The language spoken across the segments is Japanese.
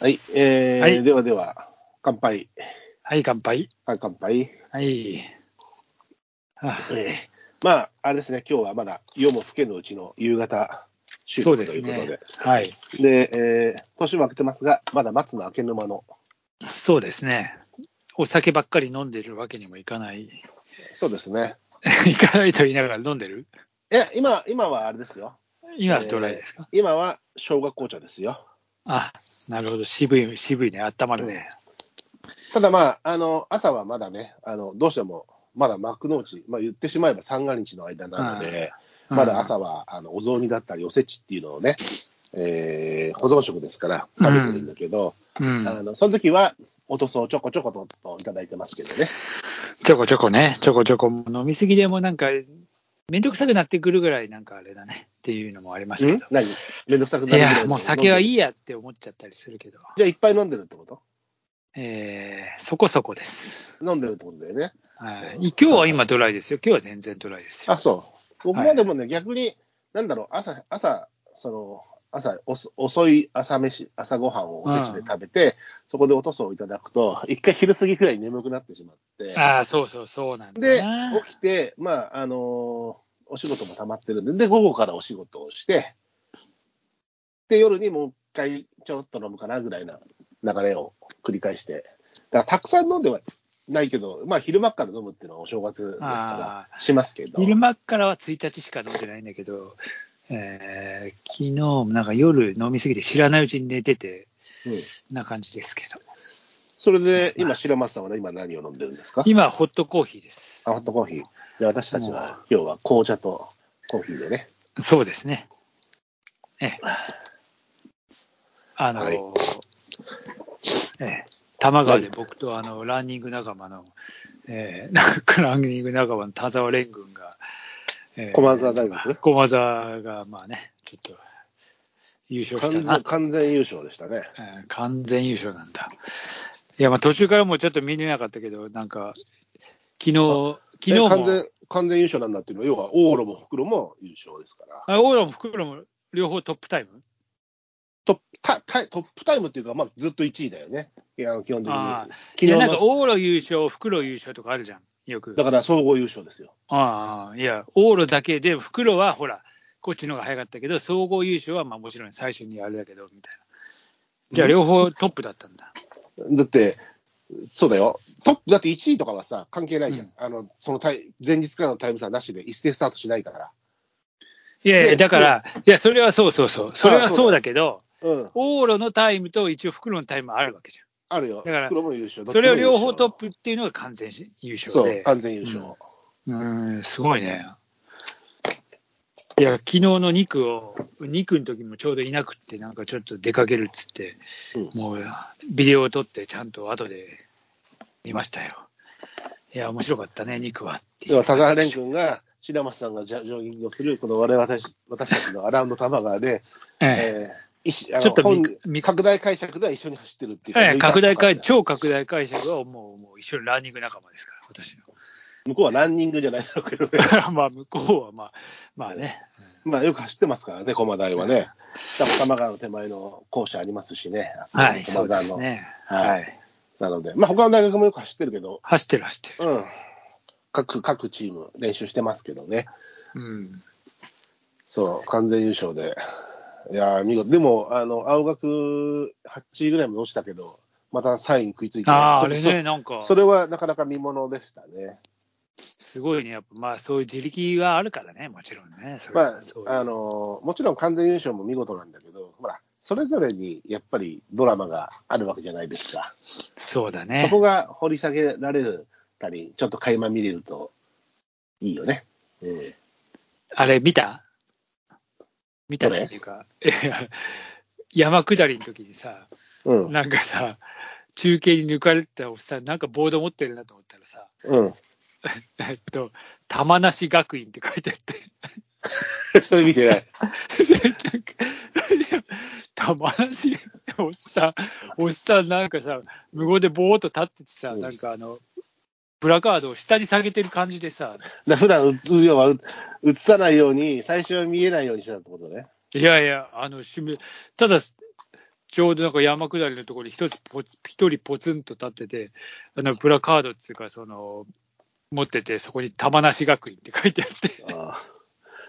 はい、えーはいではでは、乾杯。はい、乾杯。あ乾杯。はい。あえーまあ、あれですね、今日はまだ夜も更けのうちの夕方収そう録でとすいうことで、ね。はい。でえー年も明けてますが、まだ松の明け沼の、そうですね。お酒ばっかり飲んでるわけにもいかない。 そうですね。いかないと言いながら飲んでるいや、今、今はあれですよ。今はどれですか、今は小学校茶ですよ。あ、なるほど。渋い、渋いね。温まるね。ただまあ、あの朝はまだね、あのどうしても、まだ幕の内、まあ、言ってしまえば三が日の間なので、うんまだ朝はあのお雑煮だったり、おせちっていうのをね、えー保存食ですからうん食べてるんだけど、うんあ。のその時はおとそをちょこちょことといただいてますけどね。ちょこちょこね。ちょこちょこ。飲みすぎでもなんか、めんどくさくなってくるぐらいなんかあれだね。っていうのもありますけど。何めんどくさくいなるぐらや、もう酒はいい。いやって思っちゃったりするけど。じゃあいっぱい飲んでるってことえー、そこそこです。飲んでるってことだよね。はい。今日は今ドライですよ。今日は全然ドライですよ。あ、そう。僕までもね、逆に、なんだろう、朝、朝、その、朝おそ遅い朝飯、朝ごはんをおせちで食べて、そこでおとそをいただくと、一回昼過ぎくらいに眠くなってしまって、ああ、そうそう、そうなんだでな。、起きて、まあ、あのーお仕事も溜まってるんで、で、午後からお仕事をして、で、夜にもう一回ちょろっと飲むかなぐらいな流れを繰り返して、だからたくさん飲んではないけど、まあ、昼間から飲むっていうのはお正月ですかあら、しますけど。昼間からは1日しか飲んでないんだけど、えー、昨日もなんか夜飲みすぎて知らないうちに寝てて、うんな感じですけど。それで、今、白松さんはね今何を飲んでるんですか今、ホットコーヒーですあ。ホットコーヒー。で、私たちは、今日は紅茶とコーヒーでね。そうですね。ええ。あの、はいええ。玉川で僕とあのランニング仲間の、え え、なんかランニング仲間の田沢蓮君が、ええ駒沢大学駒沢が、まあね、ちょっと優勝した完な全、完全優勝でしたね。えー完全優勝なんだ。いや、まあ途中からもうちょっと見れなかったけど、なんか、昨日、昨日え完も、全、完全優勝なんだっていうのは、要は、オーロも袋も優勝ですから。あオーラも袋も両方トップタイムトップタタイトップタイムっていうか、まあ、ずっと1位だよね。いや基本的に。ああいや、昨な日んかの、オーロ優勝、袋優勝とかあるじゃん、よくだ。から総合優勝ですよ。ああ、いや、オーロだけで、袋はほら、こっちの方が早かったけど、総合優勝はまあもちろん最初にあれだけど、みたいな。じゃあ両方トップだったんだ。だって、そうだよ。トップ、だって1位とかはさ、関係ないじゃん。うんあの、そのタイ、前日からのタイム差なしで一斉スタートしないから。いやいでや、だから、いや、それはそうそうそう。それああはそうだそうだけど、うん、オーロのタイムと一応袋のタイムはあるわけじゃん。あるよ。だから袋も優勝。それを両方トッププっていうのが完全優勝そう、で。完全優勝。うーん、すごいね。いや、昨日の2区を、2区の時もちょうどいなくって、なんかちょっと出かけるっつって、うんもうビデオを撮って、ちゃんと後で見ましたよ。いや、面白かったね、2区はってでは、田沢蓮君が、白松さんがジャジョギングをする、この我々たち私たちのアラウンド玉川で、えええー一あちょのっと本みみ拡大解釈では一緒に走ってるっていうか、ええ抜いた拡大解、超拡大解釈はもうもう一緒にランニング仲間ですから、私向こうはランニングじゃないだろうけどね、 の。 まあ、向こうはまあ、まあね。まあよく走ってますからね、駒台はね、多分玉川の手前の校舎ありますしね、あそこのはい、そう駒沢でのすね。ははいい。なので、まあ他の大学もよく走ってるけど、走ってる、走ってる。うん、各各チーム、練習してますけどね。うん、そう、完全優勝で。いやー見事。でも、あの、青学8位ぐらいまで落ちたけど、またサイン食いついて、ああ、そあれそね、なんか、それはなかなか見ものでしたね。すごいね、やっぱ、まあ、そういう自力はあるからね、もちろんね。それまあそう、あのーもちろん完全優勝も見事なんだけど、ほら、それぞれにやっぱりドラマがあるわけじゃないですか。そうだそねこ。が掘り下げられるたり、ちょっと垣間見れるといいよね。うんあれ、見た見たどれっていうか、 いや山下りの時にさ、うん。なんかさ、中継に抜かれてたおっさん、なんかボード持ってるなと思ったらさ、うん。 えっと、玉梨学院って書いてあって、 それ見てない。なんか玉梨、おっさん、おっさん、なんかさ、無言でぼーっと立っててさ、なんかあの、プラカードを下に下げてる感じでさ、だ普段映すようはう映さないように、最初は見えないようにしてたってことね。いやいや、あの、シミュただ、ちょうどなんか山下りのところに一つポツ一人ポツンと立ってて、あのプラカードっつうか、その、持ってて、そこに玉梨学院って書いてあって、ああ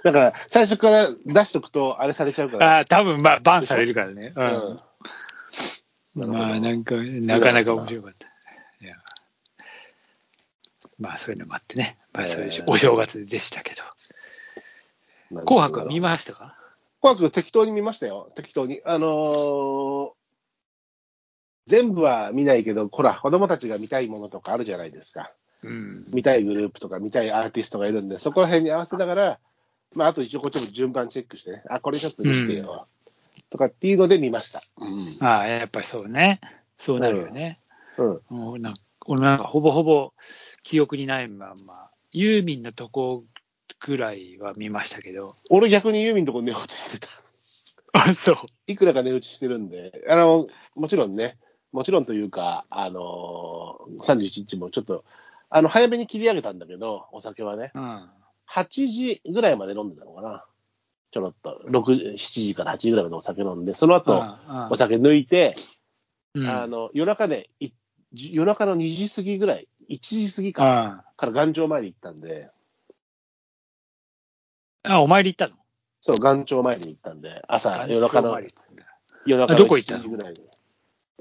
だから、最初から出しとくと、あれされちゃうから。ああ、多分まあ、バンされるからね。ううんなん。るほどまあ、なんか、なかなか面白かった。いやまあ、そういうのもあってね。まあ、そういうえーお正月でしたけど。なんか紅白は見ましたか紅白適当に見ましたよ。適当に。あのー全部は見ないけど、ほら、子供たちが見たいものとかあるじゃないですか。うん。見たいグループとか見たいアーティストがいるんで、そこら辺に合わせながら、まあ、あと一応こっちも順番チェックしてね、あ、これちょっと見してよ、とかっていうので見ました。うああ、やっぱりそうね。そうなるよね。ん。うん。もうなんか俺なんかほぼほぼ記憶にないまんま、ユーミンのとこぐらいは見ましたけど。俺逆にユーミンのとこ寝落ちしてた。あ、そう。いくらか値打ちしてるんで、あの、もちろんね、もちろんというか、あのー、31日もちょっと、あの、早めに切り上げたんだけど、お酒はね、うん。 8時ぐらいまで飲んでたのかな。ちょろっと、6、7時から8時ぐらいまでお酒飲んで、その後、あお酒抜いて、うんあの、夜中で、い夜中の2時過ぎぐらい、1時過ぎかあから岩頂前に行ったんで、あ、お参り行ったのそう、岩頂前に行ったんで、朝、夜中岩頂の参りっつうんだ夜中あどこ行ったの1時ぐらいに。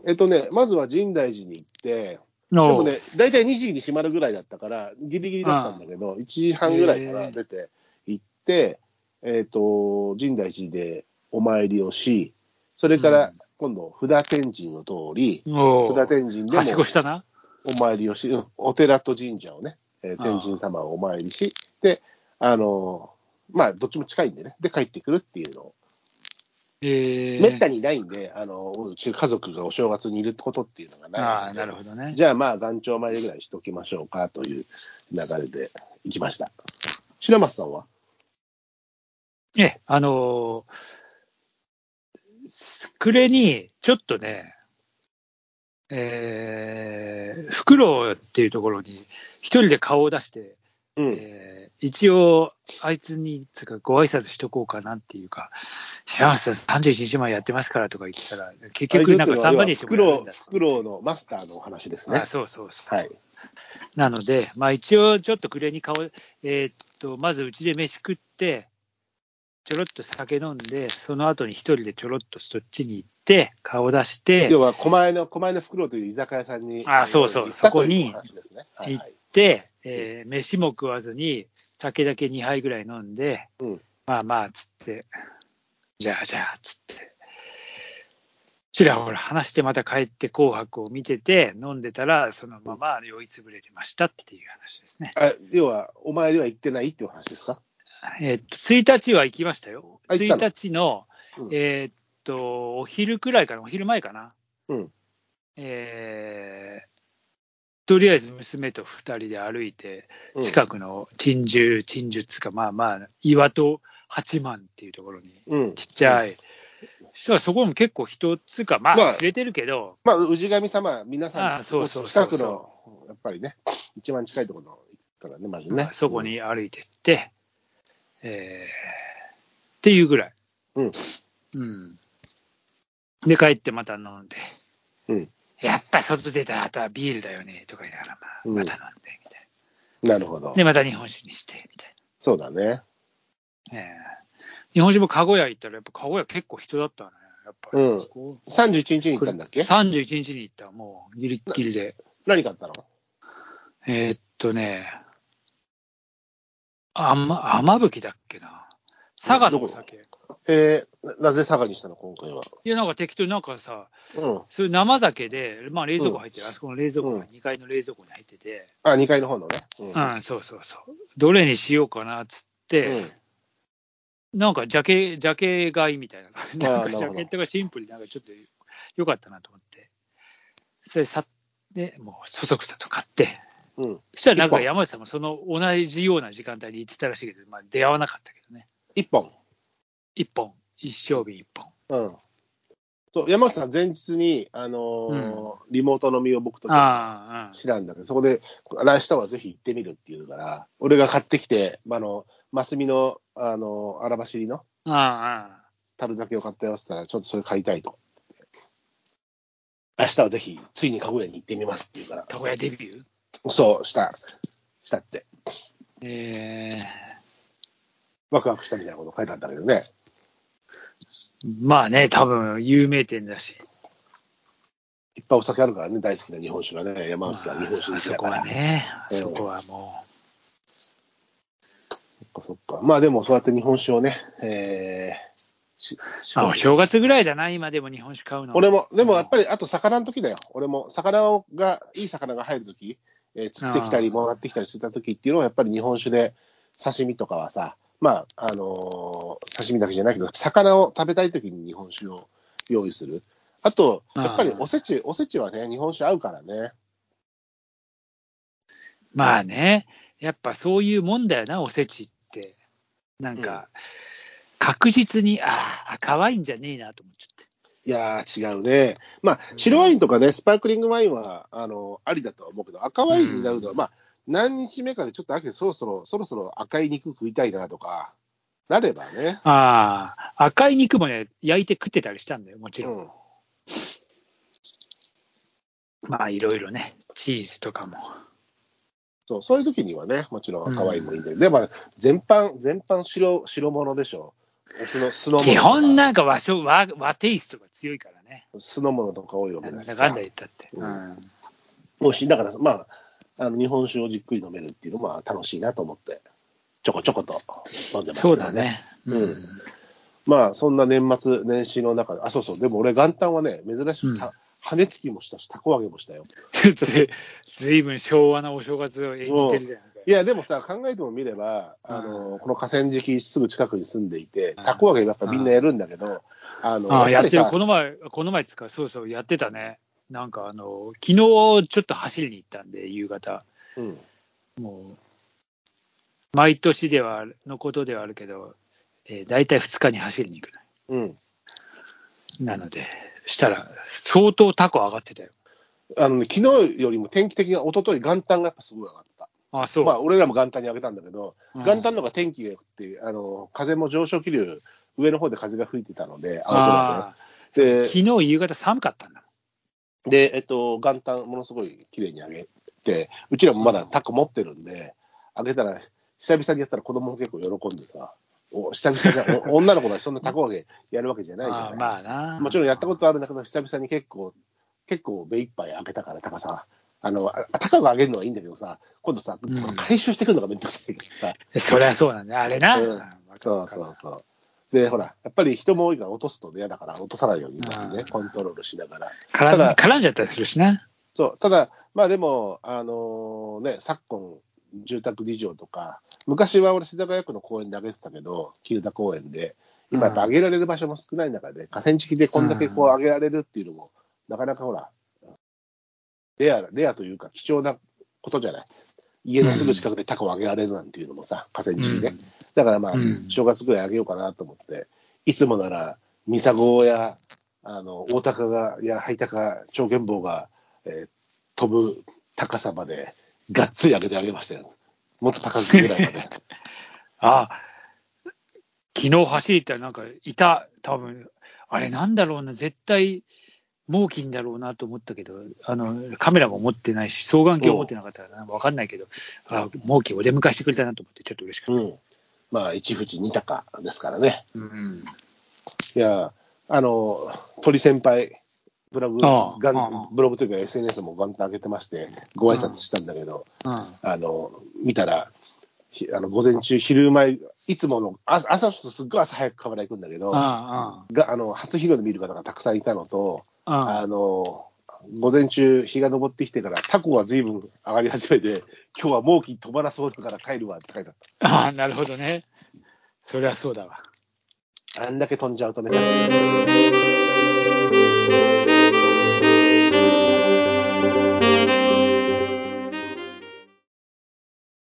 えっとね、まずは深大寺に行って、おうでもね、大体2時に閉まるぐらいだったから、ギリギリだったんだけど、1時半ぐらいから出て行って、えっ、と、深大寺でお参りをし、それかうらん今度、札天神を通り、おう札天神でもはしごしたな。お参りをし、うんお寺と神社をね、えーああ天神様をお参りし、で、あのーまあ、どっちも近いんでね、で、帰ってくるっていうのを、えー、めったにないんで、あのーうち家族がお正月にいることっていうのがないあんあ、でなるほどね。じゃあまあ、岩頂参りぐらいしときましょうかという流れで行きました。白松さんはええ、あのー暮れに、ちょっとね、えー、フクロウっていうところに、一人で顔を出して、うん。えー一応、あいつに、つうか、ご挨拶しとこうかなっていうか、知らんすよ、31日前やってますからとか言ってたら、結局、なんかサンバディフとクかやロるんウ、だっフクロウのマスターのお話ですてねあ。そうそうそう。はい。なので、まあ、一応、ちょっと暮れに顔、えーっと、まずうちで飯食って、ちょろっと酒飲んで、その後に一人でちょろっとそっちに行って、顔出して、要は、狛江の、狛江のフクロウという居酒屋さんに、あそうそう行ったとそこいうにお話ですね。はい行はっいて、えー飯も食わずに、酒だけ2杯ぐらい飲んで、うんまあまあ、つって、じゃあじゃあ、つって、ちらほら話して、また帰って紅白を見てて、飲んでたら、そのまま酔いつぶれてましたっていう話ですね。あ要は、お参りは行ってないっていうお話ですかえっと、1日は行きましたよ。あ行った1の日うんの、えっと、お昼くらいかな、お昼前かな。うんえーとりあえず娘と2人で歩いて、うん近くの鎮守、鎮守っつうか、まあまあ、岩戸八幡っていうところに、うん。ちっちゃい、そしたらそこも結構人っつうか、まあ、まあ知れてるけど、まあ、氏神様、皆さあん、あそうそうそう近くの、やっぱりね、一番近いところからね、まずねまあ。そこ。に歩いてって、えーっていうぐらい。うんうんで、帰ってまた飲んで、うん。やっぱ外出た後はビールだよねとか言いながら、うんまあ、また飲んでみたないるほどな。。で、また日本酒にしてみたいそうだね。な。えー日本酒も籠屋行ったら、やっぱ籠屋結構人だったね。やっぱり、うんそこ31日に行ったんだっけ31日に行った、もうギリッギリで。何買ったのえーっとね、あま、雨吹きだっけな。佐賀のお酒。えーななぜ佐賀にしたの、今回は。いや、なんか適当になんかさ、うん。そういう生酒で、まあ冷蔵庫入ってる、あそこの冷蔵庫うがん2階の冷蔵庫に入ってて、あ、2階の方のね。う。ん、そうそうそう。どれにしようかなっつって、なんかジャケ、ジャケ買いみたいな感じで、あーなんかなジるほャどケットがシンプルで、なんかちょっと良かったなと思って、それさって、もうそそくさと買って、うん。うん。そしたらなん一か本山内さんもその同じような時間帯に行ってたらしいけど、まあ出会わなかったけどね。 1本。一本、一生瓶一本。うん。そう、山内さん、前日に、あのーリモート飲みを僕とああ、したんだけど、そこで、来日はぜひ行ってみるっていうから、俺が買ってきて、まああの、マスミの、あの、荒走りのうん、ああ、ああ。樽酒を買ったよって言ったら、ちょっとそれ買いたいと。明日はぜひ、ついに鹿屋に行ってみますって言うから、たこ屋デビューそう、した、したって、ええワクワクしたみたいなこと書いてあったんだけどね。まあね、多分有名店だし。いっぱいお酒あるからね、大好きな日本酒がね、山まあ内さん、日本酒好あきそだこから。はね、あうんそこはもそっかそっか。まあでも、そうやって日本酒をね、えーししう、あお正月ぐらいだな、今でも日本酒買うの。俺も、でもやっぱり、あと魚の時だよ。俺も、魚をが、いい魚が入る時、えー釣ってきたり、もらってきたりしてた時っていうのは、やっぱり日本酒で、刺身とかはさ、まあ、あのー刺身だけじゃないけど、魚を食べたい時に日本酒を用意する。あと、やっぱりおせち、おせちはね、日本酒合うからね。まあね、やっぱそういうもんだよな、おせちって。なんか、確実に、あーあ、可愛いんじゃねえなと思っちゃって。いやー、違うね。まあ、白ワインとかね、スパークリングワインは、あのーありだとは思うけど、赤ワインになるのは、うまあ、何日目かでちょっと飽きて、そろそろ、そろそろ赤い肉食いたいなとか、なればね。ああ、赤い肉もね、焼いて食ってたりしたんだよ、もちうろん。ん。まあ、いろいろね、チーズとかも。そう、そういう時にはね、もちろん赤ワインもいいんだけど、でも、全般、全般白、白物でしょ。酢の、酢の物とか。基本なんか和食和、和テイストが強いからね。酢の物とか多いわなけだんだしかさんだ言ったって。ううんん。美味しい。だから、まあ、あの、日本酒をじっくり飲めるっていうのは楽しいなと思って、ちょこちょこと飲んでますけどそうだ。ね。ううん ん。まあ、そんな年末年始の中で、あ、そうそう、でも俺元旦はね、珍しくた、うん羽根つきもしたし、たこ揚げもしたよ。ずずいぶん昭和なお正月を演じてるじゃないか。いや、でもさ、考えてもみれば、あの、この河川敷すぐ近くに住んでいて、うんたこ揚げやっぱみんなやるんだけど、あの、ああ、ぱやっりてる。さこの前、この前つか、そうそう、やってたね。なんかあの、昨日ちょっと走りに行ったんで、夕方。うんもう、毎年では、のことではあるけど、えー、大体2日に走りに行くね。うん、なので、したら、相当タコ上がってたよ。あのね、昨日よりも天気的が一昨日元旦がやっぱすごい上がった。あ、そう。まあ、俺らも元旦に上げたんだけど、うん元旦の方が天気が良くて、あの風も上昇気流、上の方で風が吹いてたので、青空あで。ーで昨日夕方寒かったんだもん。で、えっと、元旦、ものすごい綺麗に上げて、うちらもまだタコ持ってるんで、上げたら、久々にやったら子供も結構喜んでさ、お久々じゃん、お 女の子だし、そんなタコ揚げやるわけじゃないじゃなあーい。まあな。もちろんやったことあるんだけど、久々に結構、結構目いっぱい開けたから、タカさん。あの、あ高く上げるのはいいんだけどさ、今度さ、うん回収してくるのがめんどくさいからさ、そりゃそうなんだね。あれな。うんわかるそうわかそるうそう。で、ほら、やっぱり人も多いから落とすと嫌だから、落とさないようにねうん、コントロールしながら。絡たんだ絡んじゃったりするしな。そう、ただ、まあでも、あのね、昨今、住宅事情とか、昔は俺、世田谷区の公園で上げてたけど、桐田公園で、今、やっぱ上げられる場所も少ない中で、河川敷でこんだけこううん上げられるっていうのも、なかなかほら、レア、レアというか、貴重なことじゃない。家のすぐ近くでタコを上げられるなんていうのもさ、河川敷で。うんだからまあ、うん正月ぐらいあげようかなと思って、いつもなら、ミサゴや、あの、大高が、や、ハイタカ、長剣棒が、えー飛ぶ高さまで、がっつり上げてあげましたよ。もっと高くぐらいま で。あ昨日走ったらなんかいた、多分あれなんだろうな、絶対猛禽だろうなと思ったけど、あのカメラも持ってないし、双眼鏡持ってなかったから分かんないけど、あ猛禽お出迎えしてくれたなと思って、ちょっと嬉しかっうん。まあ、一淵二鷹ですからね。た。うんいや、あの、鳥先輩、ブログ、ああガンああブログというか SNS もガンと上げてまして、ご挨拶したんだけど、うんあの、見たら、ひあの午前中、昼前、いつもの、あ朝、すっごい朝早くカメラ行くんだけど、あがあの初日の出見る方がたくさんいたのと、ああああの、午前中、日が昇ってきてから、タコがずいぶん上がり始めて、今日は猛禽飛ばなそうだから帰るわって書いてあっああなるほどね。そりゃそうだわ。た。あんだけ飛んじゃうとね。